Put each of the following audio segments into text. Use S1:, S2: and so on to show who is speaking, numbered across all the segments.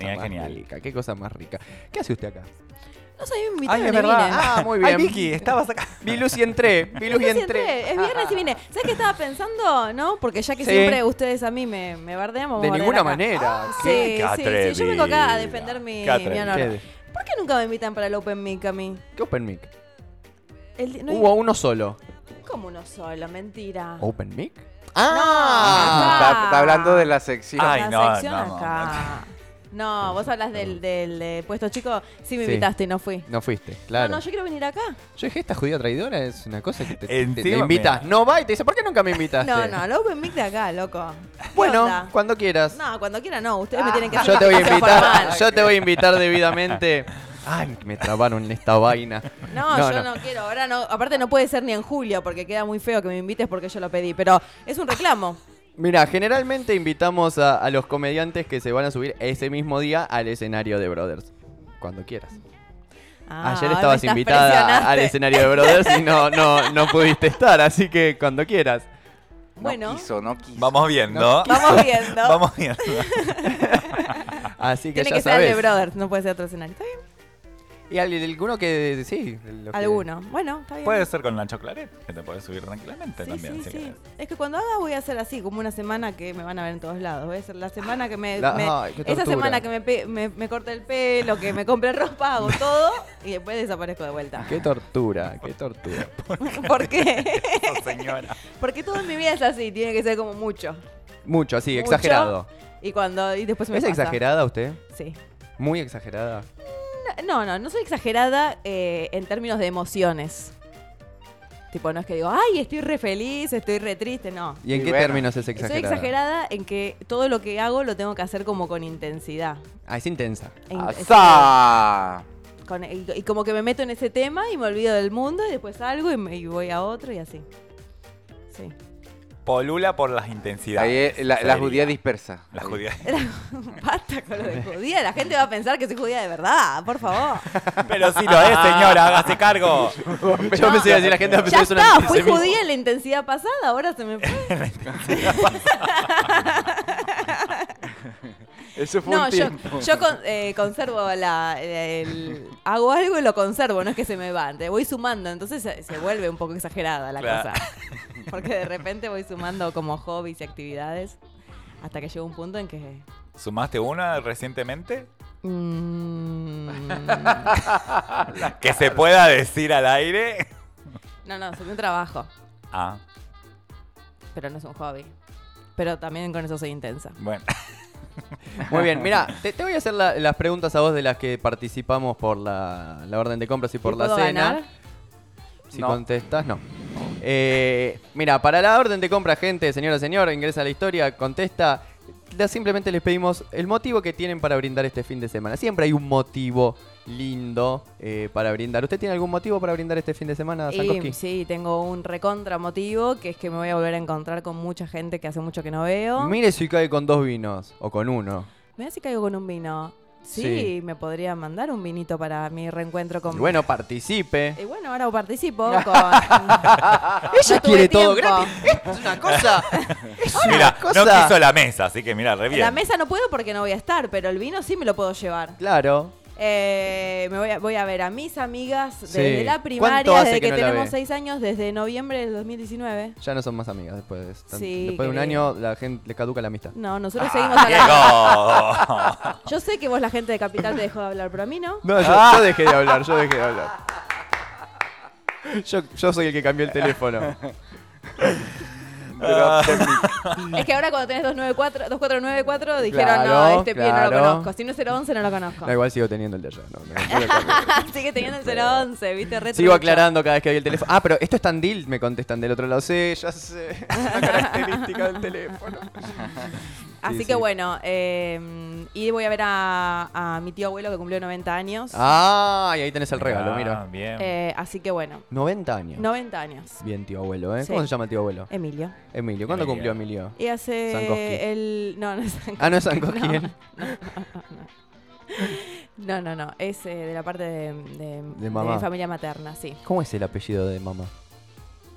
S1: Genial,
S2: más
S1: genial.
S2: rica, qué cosa más rica. ¿Qué hace usted acá?
S3: No sé, a mí me
S2: Ay,
S3: invitaron
S2: es
S3: y vine.
S2: verdad. Ah, muy bien.
S1: Ay, Vicky, estabas acá.
S2: Vi luz y entré, vi luz y
S3: Entonces
S2: entré.
S3: entré, Es viernes y vine. ¿Sabes qué estaba pensando? ¿No? Porque ya que
S2: Ah, Sí.
S3: siempre ustedes a mí me, me bardean, vamos a
S2: De
S3: bardear
S2: ninguna
S3: acá.
S2: manera.
S3: Sí,
S2: ¿Qué?
S3: sí,
S1: Qué
S3: sí, Yo vengo acá a
S1: atrevida.
S3: defender mi,
S1: Qué atrevida.
S3: mi honor.
S2: ¿Qué,
S3: ¿Por qué nunca me invitan para el Open Mic a mí?
S2: qué open mic?
S3: El di- no hay-
S2: Hubo uno solo.
S3: como uno solo, mentira.
S2: ¿Open mic?
S3: Ah.
S4: Está, está hablando de la sección.
S2: Ah,
S1: Ay,
S3: La
S1: no,
S3: sección
S1: no, no,
S3: acá. No, vos hablas del, del, eh, puesto chico. Sí me
S2: Sí.
S3: invitaste y no fui.
S2: No fuiste, claro.
S3: No, no, yo quiero venir acá.
S2: Yo dije, esta judía traidora es una cosa que te, te-
S1: Encima
S2: te
S1: me-
S2: invitas. No va y te dice, ¿por qué nunca me invitaste?
S3: No, no, el Open Mic de acá, loco. ¿Qué
S2: Bueno,
S3: onda?
S2: cuando quieras.
S3: No, cuando quiera no. Ustedes me tienen que hacer
S2: Ah. Yo te voy a
S3: una invitación
S2: invitar,
S3: formal.
S2: yo te voy a invitar debidamente. Ay, me trabaron en esta vaina.
S3: No, yo no. quiero. Ahora no. Aparte no puede ser ni en julio porque queda muy feo que me invites porque yo lo pedí. Pero es un reclamo.
S2: Mira, generalmente invitamos a, a los comediantes que se van a subir ese mismo día al escenario de Brothers. Cuando quieras.
S3: Ah,
S2: Ayer
S3: me
S2: estabas
S3: estás
S2: invitada a- al
S3: presionante.
S2: escenario de Brothers y no, no, no pudiste estar, así que cuando quieras.
S4: No
S3: Bueno,
S4: quiso, no quiso.
S1: Vamos viendo.
S3: vamos viendo.
S1: Vamos viendo.
S2: Así que
S3: Tiene
S2: ya
S3: que ser
S2: sabes.
S3: el de Brothers, no puede ser otro escenario. ¿Está bien?
S2: Y al- alguno que sí. lo que-
S3: Alguno. Bueno, está bien.
S1: Puede ser con la chocolaret, que te puedes subir tranquilamente
S3: Sí,
S1: también.
S3: sí,
S1: si
S3: sí.
S1: querés.
S3: Es que cuando haga voy a hacer así, como una semana que me van a ver en todos lados. Voy a hacer la semana que me.
S2: La-
S3: me-
S2: ay, qué
S3: esa
S2: tortura.
S3: semana que me, pe- me, me corte el pelo, que me compre ropa, hago todo y después desaparezco de vuelta.
S2: Qué tortura, qué tortura.
S3: ¿Por qué?
S1: Oh, señora.
S3: Porque todo en mi vida es así, tiene que ser como mucho.
S2: Mucho, así,
S3: Mucho.
S2: exagerado.
S3: Y cuando. Y después me
S2: ¿Es
S3: pasa.
S2: exagerada usted?
S3: Sí.
S2: Muy exagerada.
S3: No, no, no soy exagerada eh, en términos de emociones. Tipo, no es que digo, ay, estoy re feliz, estoy re triste, no.
S2: ¿Y en
S4: Y
S2: qué
S4: bueno,
S2: términos es exagerada?
S3: Soy exagerada en que todo lo que hago lo tengo que hacer como con intensidad.
S2: Ah, es intensa.
S3: En- este
S4: ¡Azá!
S3: con- y, y como que me meto en ese tema y me olvido del mundo y después salgo y, me, y voy a otro y así. Sí.
S1: Polula por las intensidades.
S4: Ahí es la, la
S1: Sería.
S4: judía dispersa.
S1: La judía.
S3: Basta con lo de judía, la gente va a pensar que soy judía de verdad, por favor.
S1: Pero si lo es, señora, hágase cargo.
S2: Yo pensé que decir la gente va a
S3: ya
S2: pensar que es una
S3: está, fui
S2: antisemita.
S3: judía en la intensidad pasada, ahora se me fue.
S4: Eso fue
S3: No,
S4: un
S3: yo,
S4: tiempo.
S3: yo con- eh, conservo la. el- hago algo y lo conservo, no es que se me va. Te voy sumando, entonces se, se vuelve un poco exagerada la
S1: Claro.
S3: cosa. Porque de repente voy sumando como hobbies y actividades hasta que llega un punto en que.
S1: ¿Sumaste una recientemente?
S3: mm,
S1: Que se pueda decir al aire.
S3: no, no, soy un trabajo,
S1: Ah,
S3: pero no es un hobby. Pero también con eso soy intensa.
S1: bueno.
S2: Muy bien, mira, te, te voy a hacer la- las preguntas a vos de las que participamos por la, la orden de compras y por
S3: ¿Y
S2: la
S3: puedo
S2: cena.
S3: ganar?
S2: Si
S4: No.
S2: contestas, no. Eh, mira, para la orden de compra, gente, señora, señor, ingresa a la historia, contesta. La- Simplemente les pedimos el motivo que tienen para brindar este fin de semana. Siempre hay un motivo lindo eh, para brindar. ¿Usted tiene algún motivo para brindar este fin de semana, Sankoski?
S3: Y, sí, tengo un recontra motivo, que es que me voy a volver a encontrar con mucha gente que hace mucho que no veo.
S2: Mire si cae con dos vinos o con uno.
S3: Mira si caigo con un vino. Sí,
S2: Sí.
S3: me podría mandar un vinito para mi reencuentro con. Eh,
S2: Y bueno, participe.
S3: Y bueno, ahora participo con. Ella
S2: quiere todo gratis. Es una cosa. Es una
S1: Mira, no
S2: cosa.
S1: quiso la mesa, así que mira, re bien.
S3: La mesa no puedo porque no voy a estar, pero el vino sí me lo puedo llevar.
S2: Claro.
S3: Eh, me voy a, voy a ver a mis amigas
S2: Sí.
S3: desde la
S2: ¿Cuánto
S3: primaria,
S2: hace
S3: desde
S2: que
S3: que,
S2: no la
S3: tenemos
S2: ve?
S3: seis años, desde noviembre del 2019.
S2: Ya no son más amigas después. de tan-
S3: Sí, Mm.
S2: después de un
S3: querido.
S2: año la gente le caduca la amistad.
S3: No, nosotros seguimos hablando.
S1: Diego.
S3: Yo sé que vos, la gente de Capital, te dejó de hablar, pero a mí no.
S2: No, yo, yo dejé de hablar, yo dejé de hablar. Yo, yo soy el que cambió el teléfono.
S4: Pero after me.
S3: Es que ahora cuando tenés 294, 2494 dijeron,
S2: Claro,
S3: no, este pie no lo
S2: claro.
S3: conozco. Si no es 011, no lo conozco.
S2: Da igual sigo teniendo el de allá. no, no, no lo cambio.
S3: Sigue teniendo el 011, viste, re
S2: sigo
S3: trucho.
S2: aclarando cada vez que doy el teléfono. Ah, pero esto es tan deal, me contestan del otro lado. Sí, ya sé. Es una característica del teléfono.
S3: Así
S2: Sí,
S3: que
S2: sí.
S3: bueno, eh, y voy a ver a, a mi tío abuelo que cumplió 90 años.
S2: Ah, y ahí tenés el regalo,
S1: Ah,
S2: mira.
S1: Bien.
S3: Eh, así que bueno,
S2: 90 años.
S3: 90 años.
S2: Bien, tío abuelo, ¿eh?
S3: Sí.
S2: ¿Cómo se llama el tío abuelo?
S3: Emilio.
S2: Emilio. ¿Cuándo
S1: Emilio.
S2: cumplió Emilio?
S3: Y hace
S2: Sankowski.
S3: el... No, no es Sankowski.
S2: Ah, no es Sankowski,
S3: No,
S2: él.
S3: No, no, no. Es eh, de la parte de, de-
S2: De mamá.
S3: de mi familia materna, sí.
S2: ¿Cómo es el apellido de mamá?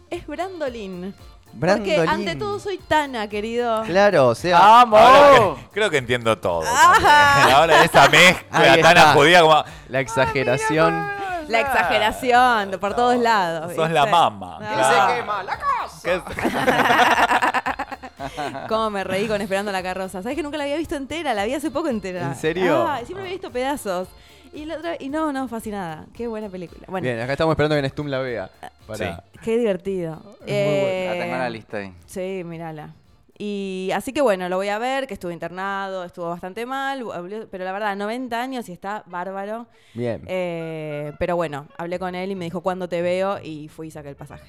S3: es Brandolin.
S2: Brandolin.
S3: Porque ante Ah, todo soy Tana, querido.
S2: Claro, o sea.
S1: Ahora
S4: ¡Vamos!
S1: que- creo que entiendo todo. también. Ahora esa mezcla
S2: Ahí
S1: tan
S2: está.
S1: judía como.
S2: La
S3: Ah,
S2: exageración.
S3: La exageración de por todos lados.
S1: "Ah, Sos
S3: ¿viste?
S1: la
S3: Ah.
S1: mama.
S3: No.
S2: Ah.
S1: claro. ¿Qué-
S3: Cómo me reí con Esperando la carroza. Sabes que nunca la había visto entera, la vi hace poco entera.
S2: ¿En serio?
S3: Ah, siempre había visto pedazos. Y, la otra- y no, no, fascinada. Qué buena película. Bueno, Ah.
S2: Bien, acá estamos esperando que Nestum la vea. Para...
S1: Sí.
S3: qué divertido. Eh,
S4: Ah, tengo la lista ahí.
S3: Sí, mírala. Y así que bueno, lo voy a ver, que estuvo internado, estuvo bastante mal, volvió- pero la verdad, 90 años y está bárbaro.
S2: Bien,
S3: Eh, pero bueno, hablé con él y me dijo cuándo te veo y fui y saqué el pasaje.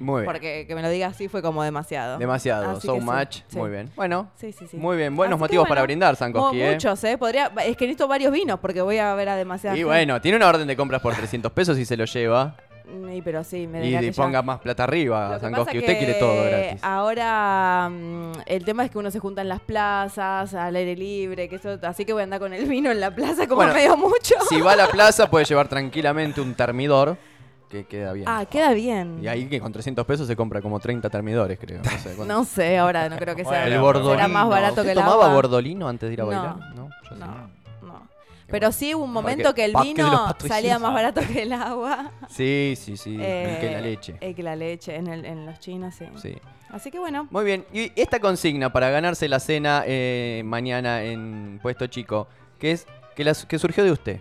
S2: muy bien.
S3: Porque que me lo diga así fue como demasiado.
S2: Demasiado,
S3: Así
S2: so
S3: que sí,
S2: much.
S3: sí.
S2: Muy bien. Bueno,
S3: Sí, sí, sí.
S2: muy bien. Buenos
S3: Así que
S2: motivos para
S3: bueno,
S2: brindar, Sankoski,
S3: mu-
S2: ¿eh?
S3: Muchos, ¿eh? Podría, es que necesito varios vinos porque voy a ver a demasiada
S2: Y
S3: gente.
S2: bueno, tiene una orden de compras por 300 pesos y se lo lleva.
S3: Y pero sí, me
S2: Y,
S3: diría
S2: y
S3: que ya.
S2: ponga más plata
S3: Lo
S2: arriba,
S3: que
S2: Sankoski.
S3: pasa
S2: Usted quiere
S3: que
S2: todo gratis.
S3: Ahora mm, el tema es que uno se junta en las plazas, al aire libre, que eso, así que voy a andar con el vino en la plaza como
S2: Bueno,
S3: medio mucho.
S2: Si va a la plaza, puede llevar tranquilamente un termidor, que queda bien.
S3: Ah, queda bien.
S2: Y ahí que con 300 pesos se compra como 30 termidores, creo. No sé, cuánto.
S3: No sé, ahora no creo que sea.
S1: Bueno,
S2: el
S1: pero-
S2: bordolino.
S3: Era más barato
S2: ¿Usted
S3: que el
S2: tomaba
S3: agua.
S2: bordolino antes de ir a
S3: No.
S2: bailar? No. yo sí.
S3: No, no. Pero sí hubo un momento
S2: Porque-
S3: que el
S2: porque de los
S3: vino
S2: patricios.
S3: salía más barato que el agua.
S2: Sí, sí, sí. el que
S3: Eh,
S2: la leche.
S3: eh, que la leche, en, el- en los chinos, sí.
S2: Sí.
S3: Así que bueno.
S2: Muy bien. Y esta consigna para ganarse la cena eh, mañana en Puesto Chico, que es que, la, que surgió de usted.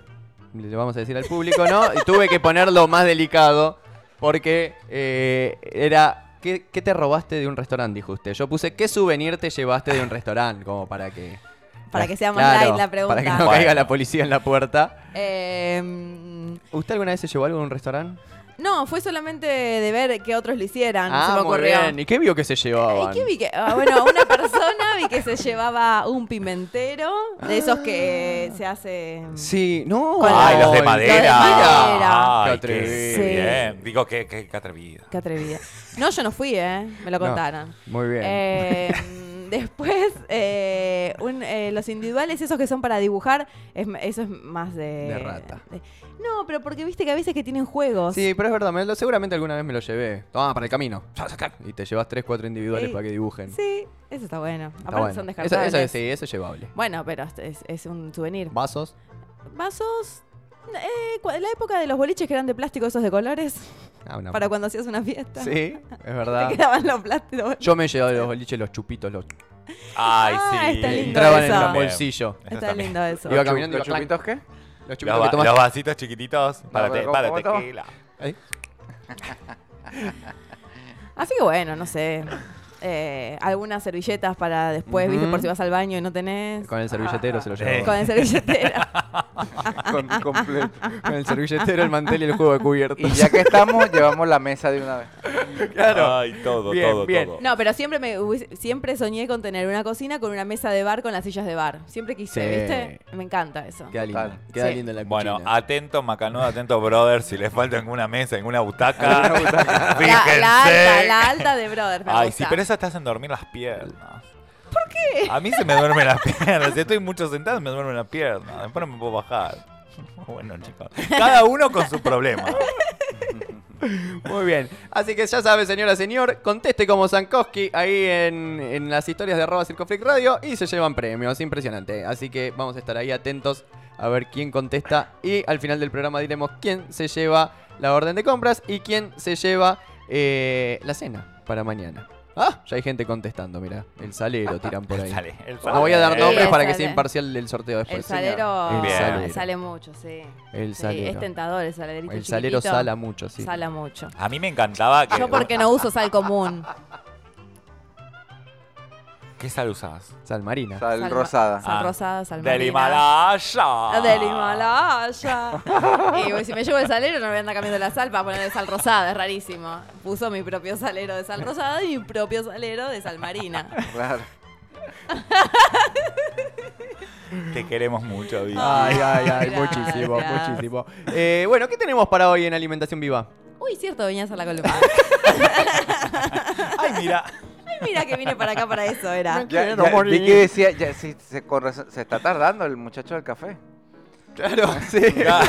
S2: Le vamos a decir al público, ¿no? Y tuve que ponerlo más delicado porque eh, era... ¿qué, qué te robaste de un restaurante? Dijo usted. Yo puse, ¿qué souvenir te llevaste de un restaurante? Como para que...
S3: Para que sea más light la pregunta.
S2: Para que no
S1: Bueno.
S2: caiga la policía en la puerta.
S3: Eh, mm,
S2: ¿Usted alguna vez se llevó algo de un restaurante?
S3: no, fue solamente de ver que otros lo hicieran. Ah, se me
S2: Ah, muy
S3: ocurrió.
S2: bien. ¿Y qué vio que se llevaban?
S3: Ay, ¿qué vi que- ah, bueno, una persona vi que se llevaba un pimentero, de esos que se hace... em,
S2: Sí, no.
S3: Con la-
S1: Ay, los de
S2: Ay,
S1: madera.
S3: Los de madera.
S1: Ay,
S2: Qué
S1: qué
S2: atrevido.
S1: bien. Digo, qué, qué, qué atrevida.
S3: Qué atrevida. No, yo no fui, ¿eh? Me lo
S2: No.
S3: contaron.
S2: Muy bien.
S3: Eh, después, eh, un- eh, los individuales, esos que son para dibujar, es m- eso es más de...
S2: De rata.
S3: de- no, pero porque viste que a veces que tienen juegos.
S2: Sí, pero es verdad, me lo- seguramente alguna vez me lo llevé. Toma, para el camino. Y te llevas tres, cuatro individuales
S3: Ey,
S2: para que dibujen.
S3: Sí, eso está bueno.
S2: Está
S3: Aparte
S2: bueno.
S3: son
S2: Eso-
S3: descartables.
S2: Eso, sí, eso es llevable.
S3: Bueno, pero es- es, es un souvenir.
S2: Vasos.
S3: Vasos... eh, cu- la época de los boliches que eran de plástico, esos de colores,
S2: Ah, una-
S3: para cuando hacías una fiesta.
S2: Sí, es
S3: Te
S2: verdad.
S3: quedaban los plásticos.
S2: Yo me he llevado los boliches, los chupitos, los
S1: Ay, sí.
S3: Ah, está lindo
S2: entraban en
S3: eso.
S2: el bolsillo.
S1: Eso
S3: Está
S1: también.
S3: lindo eso.
S2: Iba caminando y
S4: ¿Los
S2: iba clank.
S4: chupitos qué?
S2: Los chupitos
S1: Los, va-
S2: que tomás.
S1: los vasitos chiquititos para,
S4: No,
S1: te-
S4: pero
S1: para
S4: ¿cómo- cómo
S1: tequila.
S2: Ahí.
S3: Así que bueno, no sé. Eh, algunas servilletas para después,
S2: Ujú.
S3: viste, por si vas al baño y no tenés.
S2: Con el servilletero se lo
S1: Sí.
S2: llevaba.
S3: Con el servilletera.
S4: Con completo.
S2: Con el servilletero, el mantel y el juego de cubiertos.
S4: Y ya que estamos, llevamos la mesa de una vez.
S1: Claro. Ay, todo,
S2: Bien,
S1: todo,
S2: bien.
S1: todo.
S3: No, pero siempre me hubiese- siempre soñé con tener una cocina con una mesa de bar con las sillas de bar. Siempre quise,
S2: Sí.
S3: ¿viste? Me encanta eso.
S2: Queda lindo.
S4: Total.
S2: Queda
S3: Sí.
S2: lindo en la cocina.
S1: Bueno, atento Macanudo, atento Brother, si les falta alguna mesa, alguna butaca,
S3: La,
S1: fíjense.
S3: la alta, la alta de Brother. me
S1: Ay,
S3: gusta.
S1: sí, pero esas te hacen dormir las piernas. ¿Por qué? A mí se me duermen las piernas. Si estoy mucho sentado, me duermen las piernas. Después no me puedo bajar. Bueno, chicos. Cada uno con su problema.
S2: Muy bien. Así que ya sabe, señora, señor, conteste como Sankoski ahí en, en las historias de arroba Circoflick Radio y se llevan premios. Impresionante. Así que vamos a estar ahí atentos a ver quién contesta. Y al final del programa diremos quién se lleva la orden de compras y quién se lleva eh, la cena para mañana. Ah, ya hay gente contestando, mira. El salero tiran por ahí.
S1: Sale, el
S2: No voy a dar
S1: sale.
S2: nombres
S3: el
S2: para que sea
S3: salero.
S2: imparcial del sorteo después.
S3: El salero,
S1: Bien.
S2: salero.
S3: sale mucho, sí.
S2: El
S3: Sí,
S2: salero.
S3: es tentador el salerito
S2: El salero
S3: chiquitito.
S2: sala mucho, sí.
S3: Sala mucho.
S1: A mí me encantaba que.
S3: Yo porque no uso sal común.
S1: ¿Qué sal usabas?
S2: Sal marina.
S4: Sal
S3: Sal-
S4: rosada.
S3: Sal
S1: Ah,
S3: rosada, sal
S1: Del
S3: marina.
S2: Ah.
S1: Himalaya.
S3: Del Himalaya. Y bueno, si me llevo el salero, no me voy a andar cambiando la sal para ponerle sal rosada, es rarísimo. Puso mi propio salero de sal rosada y mi propio salero de sal marina.
S4: Claro.
S1: Te queremos mucho, Vicky.
S2: Ay, ay, ay,
S3: Gracias.
S2: muchísimo, muchísimo. Eh, bueno, ¿qué tenemos para hoy en Alimentación Viva?
S3: Uy, cierto, venías a la columna.
S1: Ay, mira.
S3: Ay, mira que vine para acá para eso, era.
S4: Ya,
S2: Quiero
S4: ya,
S2: morir.
S4: Vicky decía, ya, sí, se, con razón- se está tardando el muchacho del café.
S2: Claro, sí.
S1: Ya.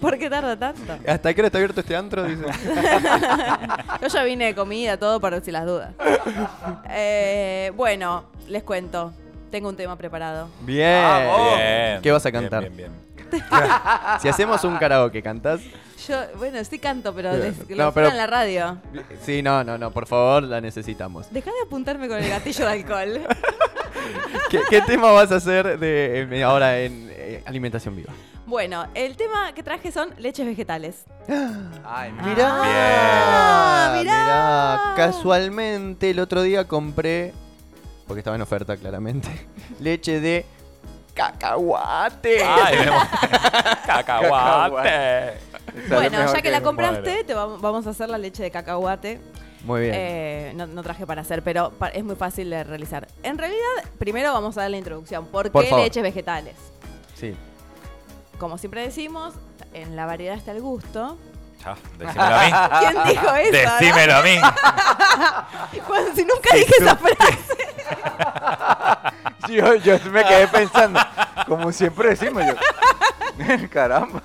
S3: ¿Por qué tarda tanto?
S2: ¿Hasta qué hora está abierto este antro? Dice.
S3: Yo ya vine de comida, todo para si las dudas. Eh, bueno, les cuento. Tengo un tema preparado.
S2: Bien.
S4: Vamos.
S1: Bien,
S2: ¿Qué vas a
S1: bien,
S2: cantar?
S1: Bien, bien,
S2: Si hacemos un karaoke, ¿cantás?
S3: Yo, bueno, sí canto, pero
S2: Bien.
S3: les, les
S2: No,
S3: suena
S2: pero-
S3: en la radio.
S2: Sí, no, no, no, por favor, la necesitamos.
S3: Deja de apuntarme con el gatillo de alcohol.
S2: ¿Qué, qué tema vas a hacer de, eh, ahora en eh, alimentación viva?
S3: Bueno, el tema que traje son leches vegetales.
S4: Ay, mi-
S2: Mirá,
S3: Ah,
S2: mirá.
S3: mirá.
S2: Casualmente el otro día compré, porque estaba en oferta claramente, leche de cacahuate.
S3: Ah.
S1: Ay, me muero. Cacahuate.
S4: sale
S3: Bueno,
S4: mejor
S3: ya que la compraste,
S1: Bueno.
S3: te vam- vamos a hacer la leche de cacahuate.
S2: Muy bien.
S3: Eh, no, no traje para hacer, pero pa- es muy fácil de realizar. En realidad, primero vamos a dar la introducción. ¿Por,
S2: Por
S3: qué
S2: favor.
S3: leches vegetales?
S2: sí.
S3: Como siempre decimos, en la variedad está el gusto.
S1: Ya, decímelo a
S2: Ah,
S3: ¿Quién dijo
S1: mí.
S3: eso? no?
S1: Decímelo a mí.
S3: Cuando- si nunca dije esa frase.
S4: Yo, yo me quedé pensando, como siempre decimos yo. Caramba.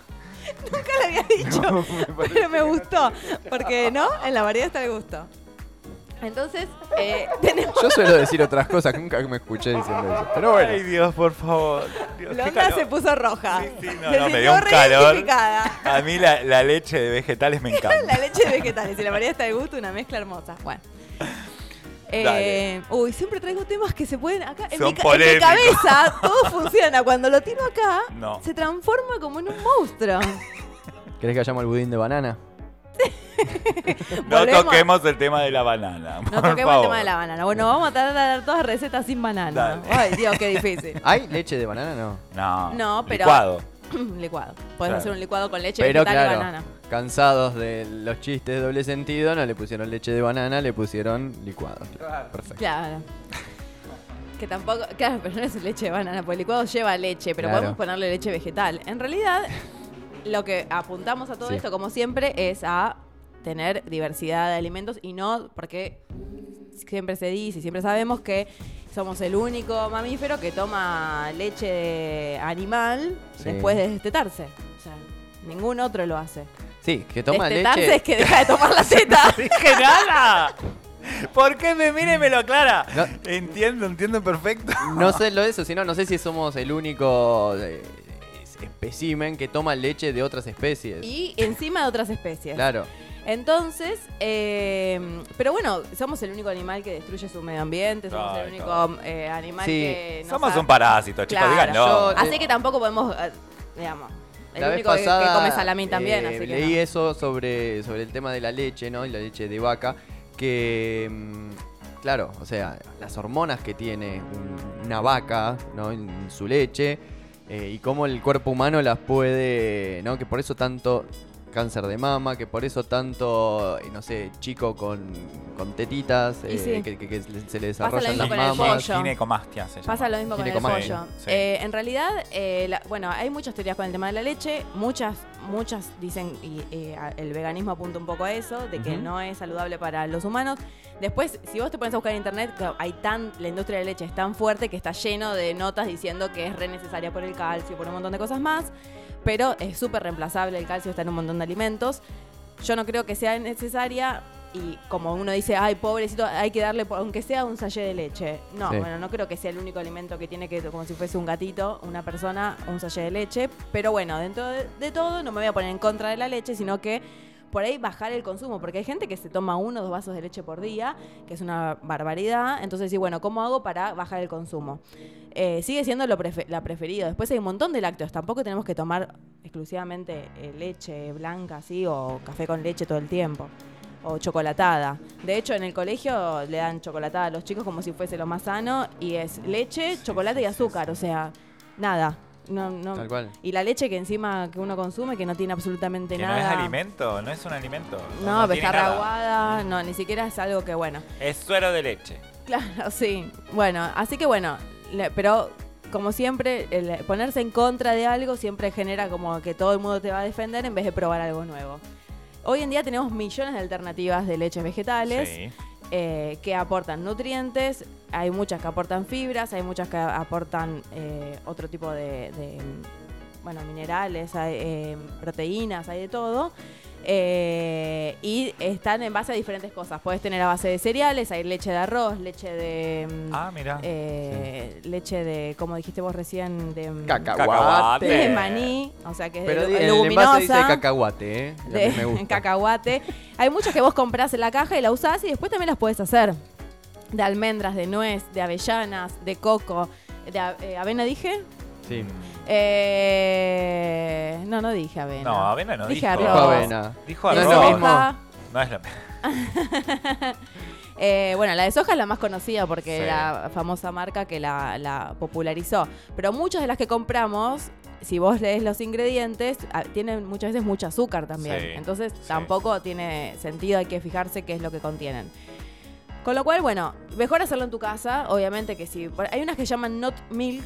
S3: Nunca la había dicho. pero me gustó. Porque, ¿no? En la variedad está el gusto. Entonces, eh, tenemos.
S2: Yo suelo decir otras cosas, nunca me escuché diciendo eso. Pero bueno.
S1: Ay, Dios, por favor. Dios, qué
S3: Londa se
S1: calor.
S3: puso roja.
S1: Sí, sí, no,
S3: Se
S1: no, me
S3: sintió
S1: dio un calor.
S3: reidentificada.
S1: A mí la, la leche de vegetales me encanta.
S3: La leche de vegetales y la variedad está de gusto, una mezcla hermosa. Bueno.
S1: Dale.
S3: Eh, uy, siempre traigo temas que se pueden. Acá en,
S1: Son
S3: mi, ca- en mi
S1: polémicos.
S3: cabeza todo funciona. Cuando lo tiro acá,
S1: No.
S3: se transforma como en un monstruo.
S2: ¿Querés que hallamos el budín de banana?
S1: No
S3: Volvemos.
S1: toquemos el tema de la banana.
S3: No
S1: por
S3: toquemos el
S1: favor.
S3: tema de la banana. Bueno, vamos a tratar de dar todas recetas sin banana.
S1: Dale.
S3: Ay, Dios, qué difícil.
S2: ¿Hay leche de banana? No.
S1: No,
S3: No, pero-
S1: licuado.
S3: licuado. Podés
S1: Claro.
S3: hacer un licuado con leche
S2: Pero
S3: vegetal
S2: claro,
S3: y banana.
S2: cansados de los chistes de doble sentido, no le pusieron leche de banana, le pusieron licuado. Perfecto.
S3: Claro. Que tampoco. Claro, pero no es leche de banana, porque el licuado lleva leche, pero
S2: Claro.
S3: podemos ponerle leche vegetal. En realidad, lo que apuntamos a todo
S2: Sí.
S3: esto, como siempre, es a tener diversidad de alimentos y no porque siempre se dice y siempre sabemos que somos el único mamífero que toma leche de animal
S2: Sí.
S3: después de destetarse. O sea, ningún otro lo hace.
S2: Sí, que toma
S3: destetarse
S2: leche.
S3: Este es que deja de tomar la teta.
S1: ¡Dije nada! ¿Por qué me mira y me lo aclara?
S2: No.
S1: Entiendo, entiendo perfecto.
S2: No sé lo de eso, sino no sé si somos el único eh, espécimen que toma leche de otras especies.
S3: y encima de otras especies.
S2: Claro.
S3: Entonces, eh, pero bueno, somos el único animal que destruye su medio ambiente, somos
S1: Ay,
S3: el único
S1: claro.
S3: eh, animal
S2: Sí,
S3: que... no
S1: Somos
S3: sabe-
S1: un parásito, chicos,
S3: Claro.
S1: díganlo.
S2: Yo-
S3: Así que tampoco podemos, eh, digamos, el
S2: la vez
S3: único que-
S2: pasada
S3: que, come salamín también,
S2: eh,
S3: así que
S2: leí
S3: no.
S2: eso sobre, sobre el tema de la leche, ¿no? Y la leche de vaca, que mm, claro, o sea, las hormonas que tiene un- una vaca, ¿no? En, en su leche eh, y cómo el cuerpo humano las puede, ¿no? Que por eso tanto cáncer de mama, que por eso tanto, eh, no sé, chico con, con tetitas,
S3: Y
S2: eh,
S3: sí.
S2: que, que- que se le
S3: Pasa lo
S2: desarrollan
S3: mismo
S2: las
S3: con el
S2: mamas.
S3: pollo.
S1: Ginecomastia se llama.
S3: Pasa lo mismo con el
S2: Ginecomastia.
S3: pollo.
S1: Sí, sí.
S3: Eh, en realidad, eh, la- bueno, hay muchas teorías con el tema de la leche. Muchas, muchas dicen, y eh, a- el veganismo apunta un poco a eso, de que
S2: Ujú.
S3: no es saludable para los humanos. Después, si vos te pones a buscar en internet, que hay tan, la industria de la leche es tan fuerte que está lleno de notas diciendo que es re necesaria por el calcio, por un montón de cosas más. Pero es súper reemplazable, el calcio está en un montón de alimentos. Yo no creo que sea necesaria. Y como uno dice, ay, pobrecito, hay que darle, po- aunque sea un sachet de leche. No,
S2: Sí.
S3: bueno, no creo que sea el único alimento que tiene que, como si fuese un gatito, una persona, un sachet de leche. Pero bueno, dentro de, de todo, no me voy a poner en contra de la leche, sino que por ahí bajar el consumo, porque hay gente que se toma uno o dos vasos de leche por día, que es una barbaridad. Entonces, sí, bueno, ¿cómo hago para bajar el consumo? Eh, sigue siendo lo prefe- la preferida. Después hay un montón de lácteos. Tampoco tenemos que tomar exclusivamente eh, leche blanca, así, o café con leche todo el tiempo. O chocolatada. De hecho, en el colegio le dan chocolatada a los chicos como si fuese lo más sano. Y es leche, chocolate y azúcar. O sea, nada. No, no.
S2: Tal cual.
S3: Y la leche que encima que uno consume, que no tiene absolutamente
S1: Que no
S3: nada.
S1: es alimento, no es un alimento.
S3: No,
S1: tiene
S3: está
S1: nada.
S3: raguada, no, ni siquiera es algo que bueno.
S1: Es suero de leche.
S3: Claro, sí. Bueno, así que bueno, le- pero como siempre, el ponerse en contra de algo siempre genera como que todo el mundo te va a defender en vez de probar algo nuevo. Hoy en día tenemos millones de alternativas de leches vegetales
S1: Sí.
S3: eh, que aportan nutrientes, hay muchas que aportan fibras, hay muchas que aportan eh, otro tipo de, de, bueno, minerales, hay, eh, proteínas, hay de todo. Eh, y están en base a diferentes cosas. Puedes tener a base de cereales, hay leche de arroz, leche de. mm,
S1: Ah, mira.
S3: eh, Leche de, como dijiste vos recién, de. mm,
S2: Cacahuate.
S1: Cacahuate.
S3: De maní, o sea que es
S2: Eh. Pero
S3: de
S2: di- en el
S3: leguminosa.
S2: envase dice cacahuate, ¿eh? Lo
S3: de-
S2: que me gusta.
S3: en cacahuate. Hay muchas que vos comprás en la caja y la usás y después también las puedes hacer. De almendras, de nuez, de avellanas, de coco, de a- eh, avena dije.
S2: Sí.
S3: Eh, no, no dije avena.
S1: No, avena no dijo.
S3: Dije arroz.
S2: Dijo avena.
S1: Dijo
S2: No
S1: arroz.
S2: es
S3: de
S2: lo
S1: No,
S2: mismo.
S3: soja.
S1: es la
S3: Eh, bueno, la de soja es la más conocida porque
S1: Sí.
S3: era famosa marca que la, la popularizó. Pero muchas de las que compramos, si vos lees los ingredientes, ah, tienen muchas veces mucho azúcar también.
S1: Sí,
S3: Entonces
S1: sí.
S3: tampoco tiene sentido, hay que fijarse qué es lo que contienen. Con lo cual, bueno, mejor hacerlo en tu casa, obviamente que sí. Por- Hay unas que llaman not milk.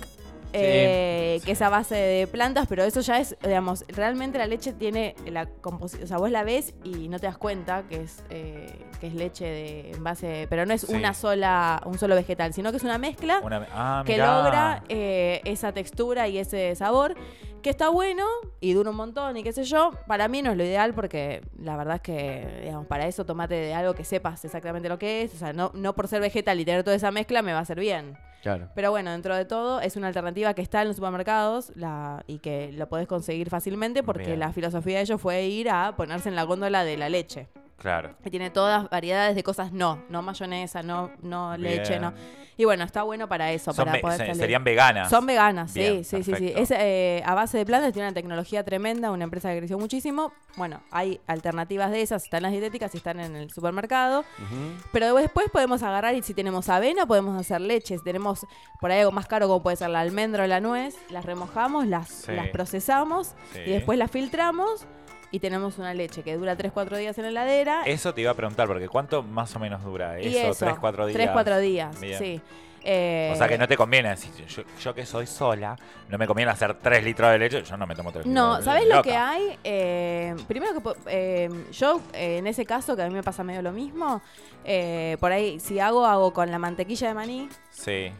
S3: eh, que es a base de plantas, pero eso ya es, digamos, realmente la leche tiene la composición, o sea, vos la ves y no te das cuenta que es, eh, que es leche de en base, de- pero no es
S1: Sí.
S3: una sola, un solo vegetal, sino que es una mezcla
S1: Una, ah,
S3: que
S1: mirá.
S3: logra eh, esa textura y ese sabor, que está bueno y dura un montón y qué sé yo. Para mí no es lo ideal porque la verdad es que, digamos, para eso tomate de algo que sepas exactamente lo que es. O sea, no, no por ser vegetal y tener toda esa mezcla me va a hacer bien.
S2: Claro.
S3: Pero bueno, dentro de todo es una alternativa que está en los supermercados la, y que lo podés conseguir fácilmente porque
S1: Bien.
S3: la filosofía de ellos fue ir a ponerse en la góndola de la leche.
S1: Claro.
S3: Que tiene todas variedades de cosas no, no mayonesa, no, no leche,
S1: Bien.
S3: no. Y bueno, está bueno para eso,
S1: Son
S3: para
S1: ve-
S3: poder
S1: se-
S3: salir.
S1: serían veganas.
S3: Son veganas, sí,
S1: Bien,
S3: sí, sí, sí.
S1: perfecto.
S3: Es eh, a base de plantas, tiene una tecnología tremenda, una empresa que creció muchísimo. Bueno, hay alternativas de esas, están las dietéticas y están en el supermercado.
S2: Ujú.
S3: Pero después podemos agarrar y si tenemos avena podemos hacer leche. Si tenemos por ahí algo más caro como puede ser la almendra o la nuez, las remojamos, las,
S1: Sí.
S3: las procesamos
S1: Sí.
S3: y después las filtramos y tenemos una leche que dura 3-4 días en la heladera.
S1: Eso te iba a preguntar, porque ¿cuánto más o menos dura
S3: y
S1: eso?
S3: eso,
S1: ¿Tres, cuatro días?
S3: 3-4 días,
S1: Bien.
S3: sí. Eh,
S1: O sea que no te conviene. decir, yo, yo que soy sola, no me conviene hacer tres litros de leche. Yo no me tomo tres
S3: No,
S1: litros de leche.
S3: ¿sabes lo
S1: loca.
S3: que hay? Eh, primero que po- eh, yo, eh, en ese caso, que a mí me pasa medio lo mismo, eh, por ahí, si hago, hago con la mantequilla de maní,
S1: Sí.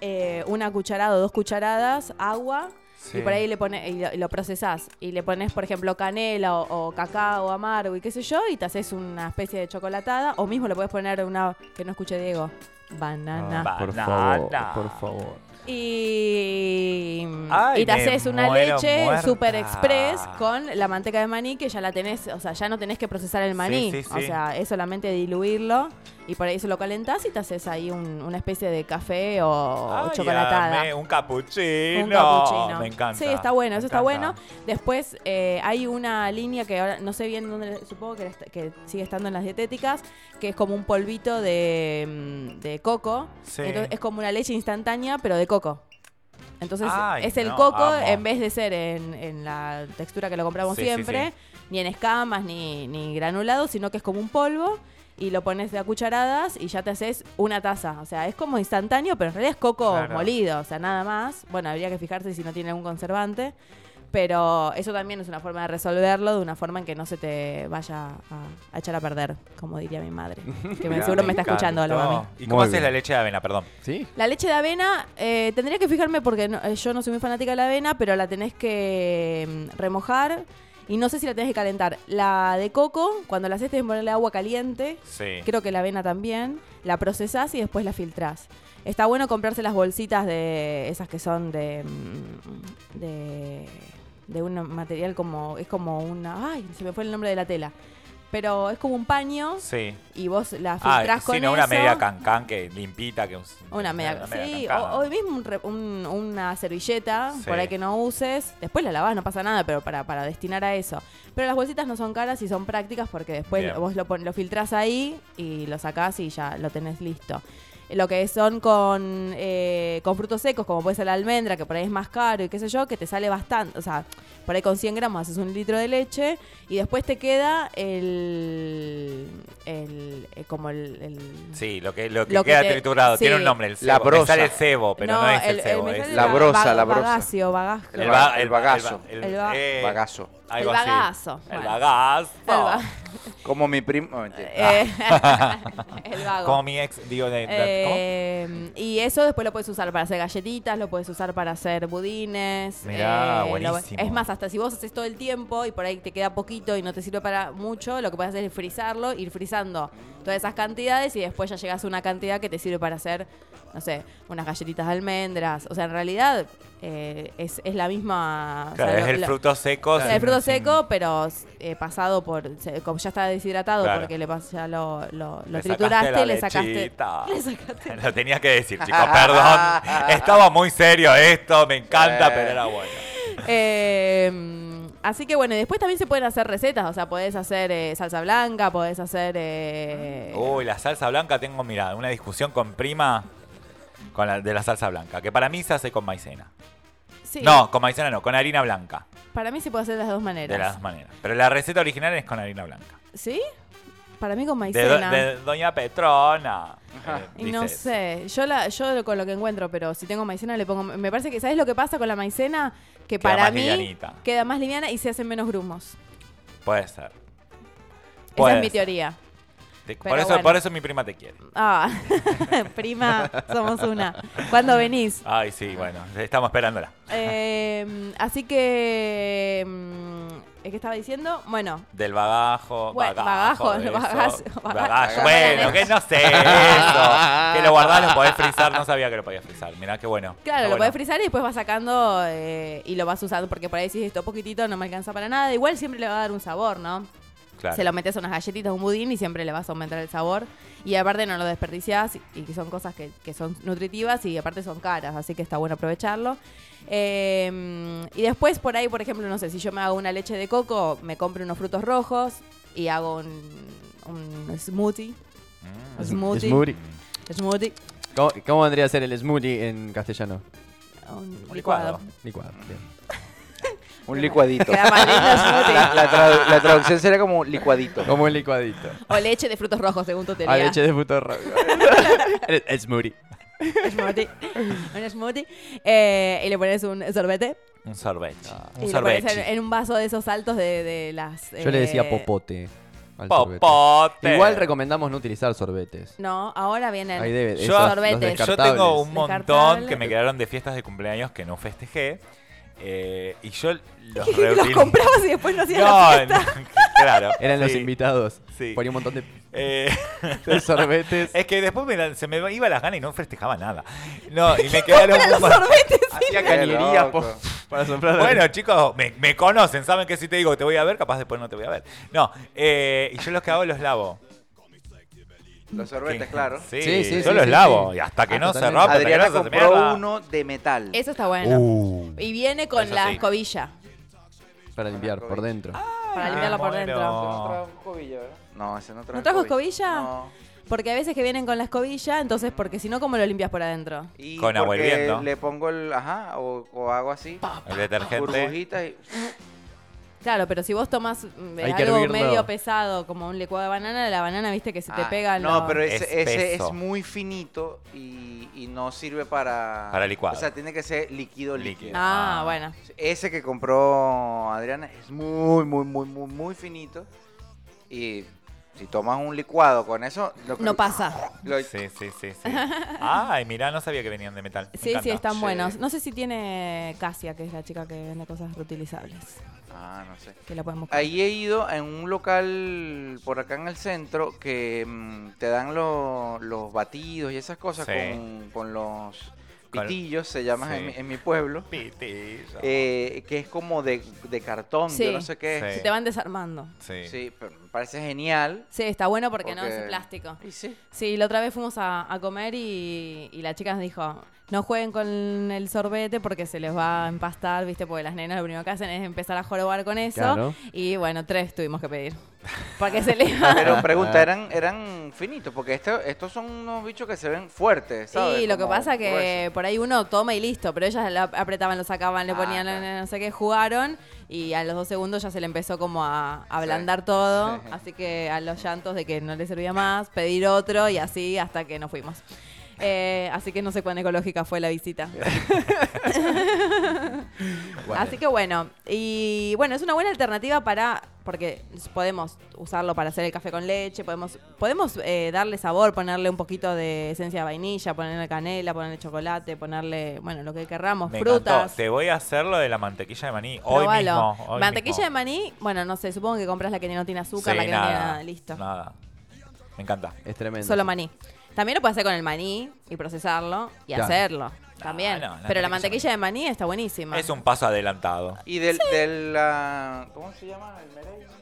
S3: eh, una cucharada o dos cucharadas, agua,
S1: sí.
S3: y por ahí le pone, y lo, y lo procesás. Y le pones, por ejemplo, canela o, o cacao amargo y qué sé yo, y te haces una especie de chocolatada. O mismo le puedes poner una, que no escuché Diego, banana.
S1: Ah,
S2: Por
S1: Banana.
S2: favor, por favor.
S3: Y,
S1: Ay,
S3: y te
S1: me
S3: haces una
S1: muero
S3: leche
S1: muerta.
S3: super express con la manteca de maní que ya la tenés, o sea, ya no tenés que procesar el maní.
S1: Sí, sí,
S3: O
S1: sí.
S3: sea, es solamente diluirlo y por ahí se lo calentás y te haces ahí un- una especie de café o, o
S1: Ay,
S3: chocolatada.
S1: amé, un cappuccino.
S3: Un cappuccino.
S1: Me encanta.
S3: Sí, está bueno,
S1: me
S3: eso está
S1: encanta.
S3: bueno. Después eh, hay una línea que ahora no sé bien dónde, supongo que, la est- que sigue estando en las dietéticas, que es como un polvito de, mm, de coco.
S1: Sí.
S3: Entonces, es como una leche instantánea, pero de coco. Entonces
S1: Ay,
S3: es el
S1: no,
S3: coco
S1: amo.
S3: en vez de ser en, en la textura que lo compramos
S1: Sí, sí,
S3: siempre, ni en escamas, ni, ni granulado, sino que es como un polvo y lo pones de a cucharadas y ya te haces una taza. O sea, es como instantáneo, pero en realidad es coco
S1: Claro.
S3: molido, o sea, nada más. Bueno, habría que fijarse si no tiene algún conservante. Pero eso también es una forma de resolverlo de una forma en que no se te vaya a, a echar a perder, como diría mi madre. Que me-
S1: Mirá,
S3: seguro me está
S1: encantó.
S3: escuchando la mami.
S1: ¿Y
S2: Muy
S1: cómo haces
S2: bien.
S1: la leche de avena? Perdón.
S2: ¿Sí?
S3: La leche de avena, eh, tendría que fijarme porque no- eh, yo no soy muy fanática de la avena, pero la tenés que mm, remojar y no sé si la tenés que calentar. La de coco, cuando la haces tenés que ponerle agua caliente,
S1: Sí.
S3: creo que la avena también, la procesás y después la filtrás. Está bueno comprarse las bolsitas de esas que son de... mm, de de un material como es como una ay se me fue el nombre de la tela pero es como un paño
S1: Sí.
S3: y vos la
S1: Ah,
S3: filtrás con
S1: sí, no, una
S3: eso.
S1: media cancán que limpita. que un-
S3: Una media, sí,
S1: cancán.
S3: o, o mismo un re- un- una servilleta
S1: Sí.
S3: por ahí que no uses. Después la lavas, no pasa nada, pero para, para destinar a eso. Pero las bolsitas no son caras y son prácticas porque después
S1: Bien.
S3: vos lo, pon- lo filtrás ahí y lo sacás y ya lo tenés listo. Lo que son con, eh, con frutos secos, como puede ser la almendra, que por ahí es más caro y qué sé yo, que te sale bastante. O sea, por ahí con 100 gramos haces un litro de leche y después te queda el. el eh, como el- el
S1: Sí, lo que, lo que
S3: Lo que
S1: queda
S3: te-
S1: triturado. Tiene
S3: sí.
S1: un nombre, el cebo.
S4: La
S1: Me
S4: brosa.
S1: sale el cebo, pero no, es el, cebo.
S3: me
S1: es-
S3: sale
S4: La
S3: ba-
S4: brosa,
S3: ba-
S4: la brosa.
S3: Bagacio, bagajo.
S4: El ba- el bagazo.
S1: El,
S3: El ba-
S1: eh,
S4: Bagazo.
S1: algo
S3: El
S1: así.
S3: bagazo,
S1: El
S3: bueno.
S1: bagazo.
S3: El ba-
S4: Como mi primo. no, mentira.
S3: Eh, el vago.
S1: Como mi ex, digo, de, de- ¿cómo?
S3: Eh, y eso después lo puedes usar para hacer galletitas, lo puedes usar para hacer budines. eh,
S1: Mirá,
S3: lo-
S1: buenísimo.
S3: es más, hasta si vos haces todo el tiempo y por ahí te queda poquito y no te sirve para mucho, lo que puedes hacer es frizarlo, ir frizando todas esas cantidades y después ya llegas a una cantidad que te sirve para hacer, no sé, unas galletitas de almendras. O sea, en realidad eh, es, es la misma... o sea,
S1: Claro,
S3: lo-
S1: es el
S3: lo-
S1: fruto seco.
S3: o sea,
S1: sin-
S3: el fruto
S1: sin-
S3: seco, pero eh, pasado por. se- como ya está deshidratado
S1: Claro.
S3: porque le pas- ya lo, lo, lo
S1: Le sacaste la
S3: trituraste, le sacaste.
S1: lechita.
S3: Le sacaste.
S1: Lo tenía que decir, chicos, perdón. Estaba muy serio esto, me encanta,
S4: Sí.
S1: pero era bueno.
S3: Eh, así que bueno, y después también se pueden hacer recetas. O sea, podés hacer eh, salsa blanca, podés hacer. eh,
S1: Uy, la salsa blanca tengo, mira, una discusión con prima con la, de la salsa blanca, que para mí se hace con maicena.
S3: sí,
S1: No, con maicena no, con harina blanca,
S3: Para mí se puede hacer de las dos
S1: de
S3: maneras.
S1: las dos maneras. Pero la receta original es con harina blanca.
S3: ¿Sí? Para mí con
S1: De, do-
S3: maicena.
S1: de doña Petrona. eh,
S3: Y no
S1: dice eso.
S3: sé, yo la yo con lo que encuentro, pero si tengo maicena le pongo, me parece que ¿sabes lo que pasa con la maicena? Que
S1: Queda
S3: para
S1: más
S3: mí
S1: livianita.
S3: queda más liviana y se hacen menos grumos.
S1: Puede ser.
S3: Esa
S1: Puede
S3: es mi
S1: ser.
S3: teoría.
S1: Te-
S3: Pero
S1: por, eso,
S3: bueno.
S1: por eso mi prima te quiere.
S3: Ah, prima, somos una. ¿Cuándo venís?
S1: Ay, sí, bueno, estamos esperándola.
S3: Eh, así que... mm, ¿Qué estaba diciendo? Bueno.
S1: Del bagajo,
S3: Bueno,
S1: bagajo,
S3: bagajo,
S1: de
S3: bagazo,
S1: eso,
S3: bagazo.
S1: bagajo.
S3: Bagazo.
S1: Bueno, que no sé eso. Que lo guardás, lo podés frizar. No sabía que lo podías frizar. Mirá, qué bueno.
S3: Claro,
S1: Está
S3: lo
S1: Ah, bueno.
S3: podés frizar y después vas sacando eh, y lo vas usando, porque por ahí si esto poquitito no me alcanza para nada. Igual siempre le va a dar un sabor, ¿no?
S1: Claro.
S3: Se lo metes a unas galletitas, un budín y siempre le vas a aumentar el sabor. Y aparte no lo desperdiciás y que son cosas que, que son nutritivas y aparte son caras, así que está bueno aprovecharlo. Eh, y después por ahí, por ejemplo, no sé, si yo me hago una leche de coco, me compro unos frutos rojos y hago un, un smoothie.
S1: Mm.
S3: Smoothie.
S2: Smoothie.
S3: Smoothie.
S2: ¿Cómo, cómo vendría a ser el smoothie en castellano?
S3: Un
S1: Un
S3: licuado.
S1: licuado.
S2: Licuado. bien.
S4: Un licuadito.
S3: Queda más lindo el smoothie.
S4: La, la tradu- la traducción sería como un licuadito.
S2: Como un licuadito.
S3: O leche de frutos rojos, según tu teoría.
S2: A leche de puto rojo. el, el smoothie.
S3: Un smoothie. Un smoothie. Eh, y le pones un sorbete.
S1: Un sorbete.
S3: y
S2: Ah.
S1: Un
S3: lo pones en,
S1: sorbete.
S3: en un vaso de esos altos de, de las...
S2: Yo le decía
S3: eh,
S2: popote. al sorbete.
S1: Popote.
S2: Igual recomendamos no utilizar sorbetes.
S3: No, ahora vienen...
S2: Ahí debe.
S1: Yo-
S2: esos- los
S3: Sorbetes. Yo
S1: Yo
S2: descartables.
S1: tengo un montón
S3: Descartable.
S1: que me quedaron de fiestas de cumpleaños que no festejé. eh, y yo los
S3: los
S1: reutil-
S3: comprabas y después no hacías la
S1: No,
S3: fiesta.
S1: no, claro.
S2: Eran los
S1: sí,
S2: invitados.
S1: sí.
S2: Ponía un montón de,
S1: eh,
S2: de sorbetes.
S1: Es que después me la- se me iba las ganas y no festejaba nada. No, y me quedaron un montón- Hacía
S4: Qué
S1: cañería,
S4: loco.
S1: po-
S2: para sombrar.
S1: Bueno, chicos, me, me conocen, saben que si te digo que te voy a ver, capaz después no te voy a ver. No, eh, y yo los que hago los lavo.
S4: Los sorbetes,
S1: Sí.
S4: claro.
S1: Sí,
S2: Sí, sí,
S1: yo
S2: sí,
S1: los
S2: sí,
S1: lavo.
S2: sí.
S1: Y hasta que
S2: Ah,
S1: no se
S2: totalmente.
S1: rompe, hasta que no
S4: Adriana
S1: se hace
S4: compró
S1: mierda.
S4: uno de metal.
S3: Eso está bueno.
S1: Uh.
S3: Y viene con
S1: Eso
S3: la
S1: sí.
S3: escobilla.
S2: Para limpiar por dentro.
S1: Ah.
S3: Para limpiarla por
S1: muero.
S3: dentro.
S4: No, ese no trajo.
S3: ¿No trajo escobilla?
S4: ¿eh? No.
S3: Porque a veces que vienen con la escobilla, entonces, porque si no, ¿cómo lo limpias por adentro?
S4: Y
S1: Con agua
S4: porque
S1: hirviendo.
S4: Le pongo el. Ajá, o, o hago así.
S1: El detergente.
S4: Burbujitas y.
S3: Claro, pero si vos tomás mm,
S2: Hay que
S3: algo
S2: hervirlo.
S3: medio pesado, como un licuado de banana, la banana, viste, que se te
S4: Ah,
S3: pega
S4: No,
S3: lo-
S4: pero ese, ese es
S1: Espeso.
S4: muy finito y, y no sirve para.
S1: Para licuado.
S4: O sea, tiene que ser líquido, líquido.
S1: Líquido.
S3: Ah,
S1: Ah.
S3: bueno.
S4: Ese que compró Adriana es muy, muy, muy, muy, muy finito. Y si tomas un licuado con eso. lo-
S3: No pasa.
S4: lo-
S1: Sí, sí, sí, sí. Ay, mirá, no sabía que venían de metal. Me
S3: Sí, sí,
S1: encanta.
S3: están
S4: Sí.
S3: buenos. No sé si tiene Casia, que es la chica que vende cosas reutilizables,
S4: Ah, no sé.
S3: que la podemos comprar.
S4: Ahí he ido en un local por acá en el centro que mm, te dan lo- los batidos y esas cosas
S1: Sí.
S4: con, con los
S1: Con-
S4: pitillos, se llaman en,
S1: Sí.
S4: mi, en mi pueblo,
S1: Pitillo.
S4: eh, que es como de, de cartón,
S3: Sí.
S4: yo no sé qué es.
S1: Sí.
S3: Se te van desarmando.
S1: Sí.
S4: Sí, pero me parece genial.
S3: Sí, está bueno porque, no es
S4: Porque-
S3: plástico.
S4: Y sí.
S3: Sí, la otra vez fuimos a, a comer y, y la chica nos dijo, no jueguen con el sorbete porque se les va a empastar, viste, porque las nenas lo primero que hacen es empezar a jorobar con eso.
S2: Claro.
S3: Y bueno, tres tuvimos que pedir. Porque se les va...
S4: Pero pregunta, eran, eran finitos, porque esto- estos son unos bichos que se ven fuertes, ¿sabes?
S3: Sí, lo que
S4: Como
S3: pasa que
S4: gruesos.
S3: por ahí uno toma y listo, pero ellas la apretaban, lo sacaban, le
S4: Ah,
S3: ponían,
S4: claro.
S3: no sé qué, jugaron y a los dos segundos ya se le empezó como a a ablandar todo,
S4: Sí.
S3: así que a los llantos de que no le servía más, pedir otro y así hasta que nos fuimos. Eh, así que no sé cuán ecológica fue la visita.
S2: Bueno.
S3: Así que bueno, y bueno, es una buena alternativa para, porque podemos usarlo para hacer el café con leche, podemos, podemos eh, darle sabor, ponerle un poquito de esencia de vainilla, ponerle canela, ponerle chocolate, ponerle, bueno, lo que querramos,
S1: Me
S3: frutas.
S1: encantó. Te voy a hacer lo de la mantequilla de maní hoy
S3: Probalo.
S1: mismo. hoy
S3: Mantequilla
S1: mismo.
S3: de maní, bueno, no sé, supongo que compras la que no tiene azúcar,
S1: Sí,
S3: la que no tiene nada, listo.
S1: Nada. Me encanta.
S2: Es tremendo.
S3: Solo maní. También lo puedes hacer con el maní y procesarlo y
S2: Claro.
S3: hacerlo. También.
S1: no, la
S3: Pero
S1: mantequilla
S3: la mantequilla de maní está buenísima.
S1: Es un paso adelantado.
S4: Y del, del, la- ¿cómo se llama? El merengue. ¿no?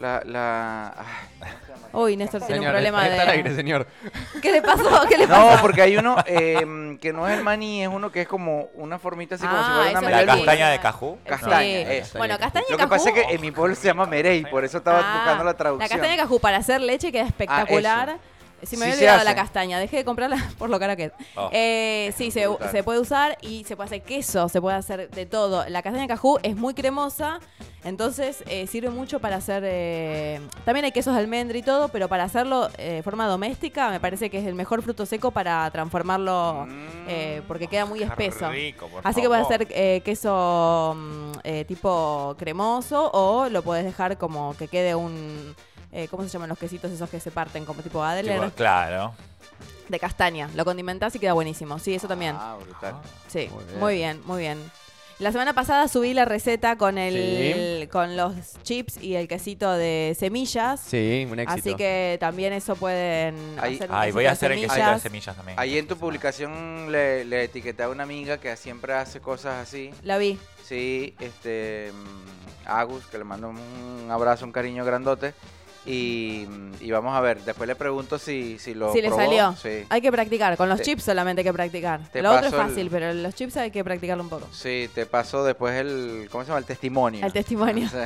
S4: La, la, ay,
S3: Uy, Néstor tiene
S2: Señor,
S3: un problema
S2: está- está al
S3: de.
S2: aire, señor.
S3: ¿Qué le pasó? ¿Qué le pasó?
S4: No, porque hay uno eh, que no es el maní, es uno que es como una formita así como
S3: Ah,
S4: si fuera una
S3: eso
S1: La
S3: es
S4: merengue.
S3: rico.
S1: castaña de cajú.
S4: Castaña,
S3: Sí.
S4: esa.
S3: Bueno, castaña y
S4: Lo que pasa es
S3: cajú-
S4: que en mi pueblo se llama merey, por eso estaba
S3: Ah,
S4: buscando la traducción. Ah,
S3: La castaña de cajú para hacer leche queda espectacular. si me
S4: Sí
S3: había
S4: se
S3: olvidado la
S4: hace.
S3: castaña, dejé de comprarla por lo cara que es.
S1: Oh.
S3: Eh, sí, se,
S4: brutal.
S3: se puede usar y se puede hacer queso, se puede hacer de todo. La castaña de cajú es muy cremosa, entonces eh, sirve mucho para hacer... eh, también hay quesos de almendra y todo, pero para hacerlo eh, de forma doméstica me parece que es el mejor fruto seco para transformarlo
S4: Mm.
S3: eh, porque queda muy
S1: Qué
S3: espeso.
S1: rico, por
S3: Así que puedes
S1: favor.
S3: hacer eh, queso mm, eh, tipo cremoso o lo puedes dejar como que quede un. eh, ¿Cómo se llaman los quesitos esos que se parten? Como tipo Adler.
S1: Tipo, claro.
S3: De castaña. Lo condimentás y queda buenísimo. Sí, eso también.
S4: Ah, brutal.
S3: Sí,
S2: Muy bien.
S3: muy bien, muy bien. La semana pasada subí la receta con el
S2: Sí.
S3: con los chips y el quesito de semillas.
S2: Sí, un éxito.
S3: Así que también eso pueden
S4: Ahí-
S3: hacer. un
S1: Ay,
S3: quesito
S1: voy
S3: de
S1: a hacer el quesito de
S3: semillas.
S1: semillas también.
S4: Ahí en tu publicación le, le etiqueté a una amiga que siempre hace cosas así.
S3: La vi.
S4: Sí, este mm, Agus, que le mando un abrazo, un cariño grandote. Y, mm, y vamos a ver, después le pregunto si, si lo
S3: Si le
S4: probó.
S3: salió.
S4: Sí.
S3: Hay que practicar. Con los
S4: Te-
S3: chips solamente hay que practicar.
S4: te
S3: Lo otro es
S4: paso el-
S3: fácil, pero los chips hay que practicarlo un poco.
S4: Sí, te paso después el, ¿cómo se llama? El testimonio.
S3: El testimonio.
S4: Sí.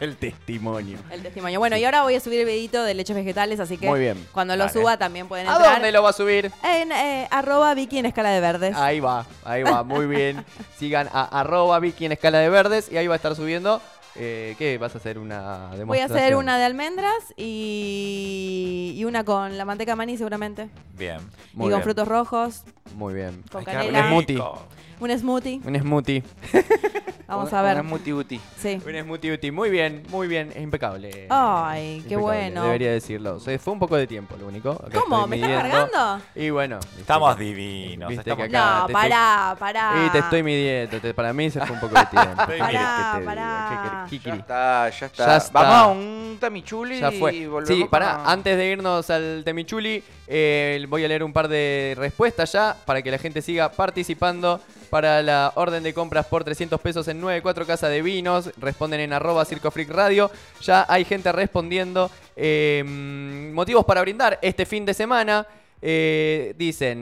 S2: el testimonio.
S3: El testimonio. Bueno, y ahora voy a subir el videito de leches vegetales, así que
S2: Muy bien.
S3: cuando lo
S1: Vale.
S3: suba también pueden
S2: ¿A
S3: entrar.
S2: dónde lo va a subir?
S3: En eh, arroba Vicky en escala de verdes.
S2: Ahí va, ahí va, muy bien. Sigan a arroba Vicky en escala de verdes y ahí va a estar subiendo. Eh, ¿Qué? ¿Vas a hacer una demostración?
S3: Voy a hacer una de almendras y, y una con la manteca de maní seguramente.
S1: Bien.
S2: Muy
S3: y con
S2: bien.
S3: frutos rojos,
S2: Muy bien.
S3: con
S1: Ay, qué
S3: canela,
S2: rico.
S3: un smoothie.
S2: Un smoothie.
S3: Vamos
S4: Un-
S3: a ver.
S4: un multiuti.
S3: Sí.
S2: Un smoothie uti. Muy bien, muy bien. Es impecable.
S3: Ay, qué
S2: Impecable,
S3: bueno.
S2: Debería decirlo. Se fue un poco de tiempo, lo único. Acá
S3: ¿Cómo?
S2: estoy
S3: ¿Me estás
S2: midiendo.
S3: cargando?
S2: Y bueno. viste
S1: Estamos
S2: que-
S1: divinos.
S2: Viste
S1: estamos-
S2: que acá
S3: no,
S2: te
S3: pará, pará.
S2: Y te estoy midiendo. te- para mí se fue un poco de tiempo.
S1: Pará,
S2: ¿Qué querés que te diga?
S3: pará.
S2: ¿Qué querés?
S4: Ya
S2: Kikiri.
S4: está, ya está.
S2: Ya está.
S4: Vamos a un tamichuli
S2: Ya
S4: y
S2: fue.
S4: volvemos.
S2: Sí, pará,
S4: para-
S2: antes de irnos al Temichuli, eh, voy a leer un par de respuestas ya para que la gente siga participando para la orden de compras por 300 pesos en 94 Casa de Vinos. Responden en arroba Circo Freak Radio. Ya hay gente mm, respondiendo. eh, motivos para brindar este fin de semana. Eh, dicen,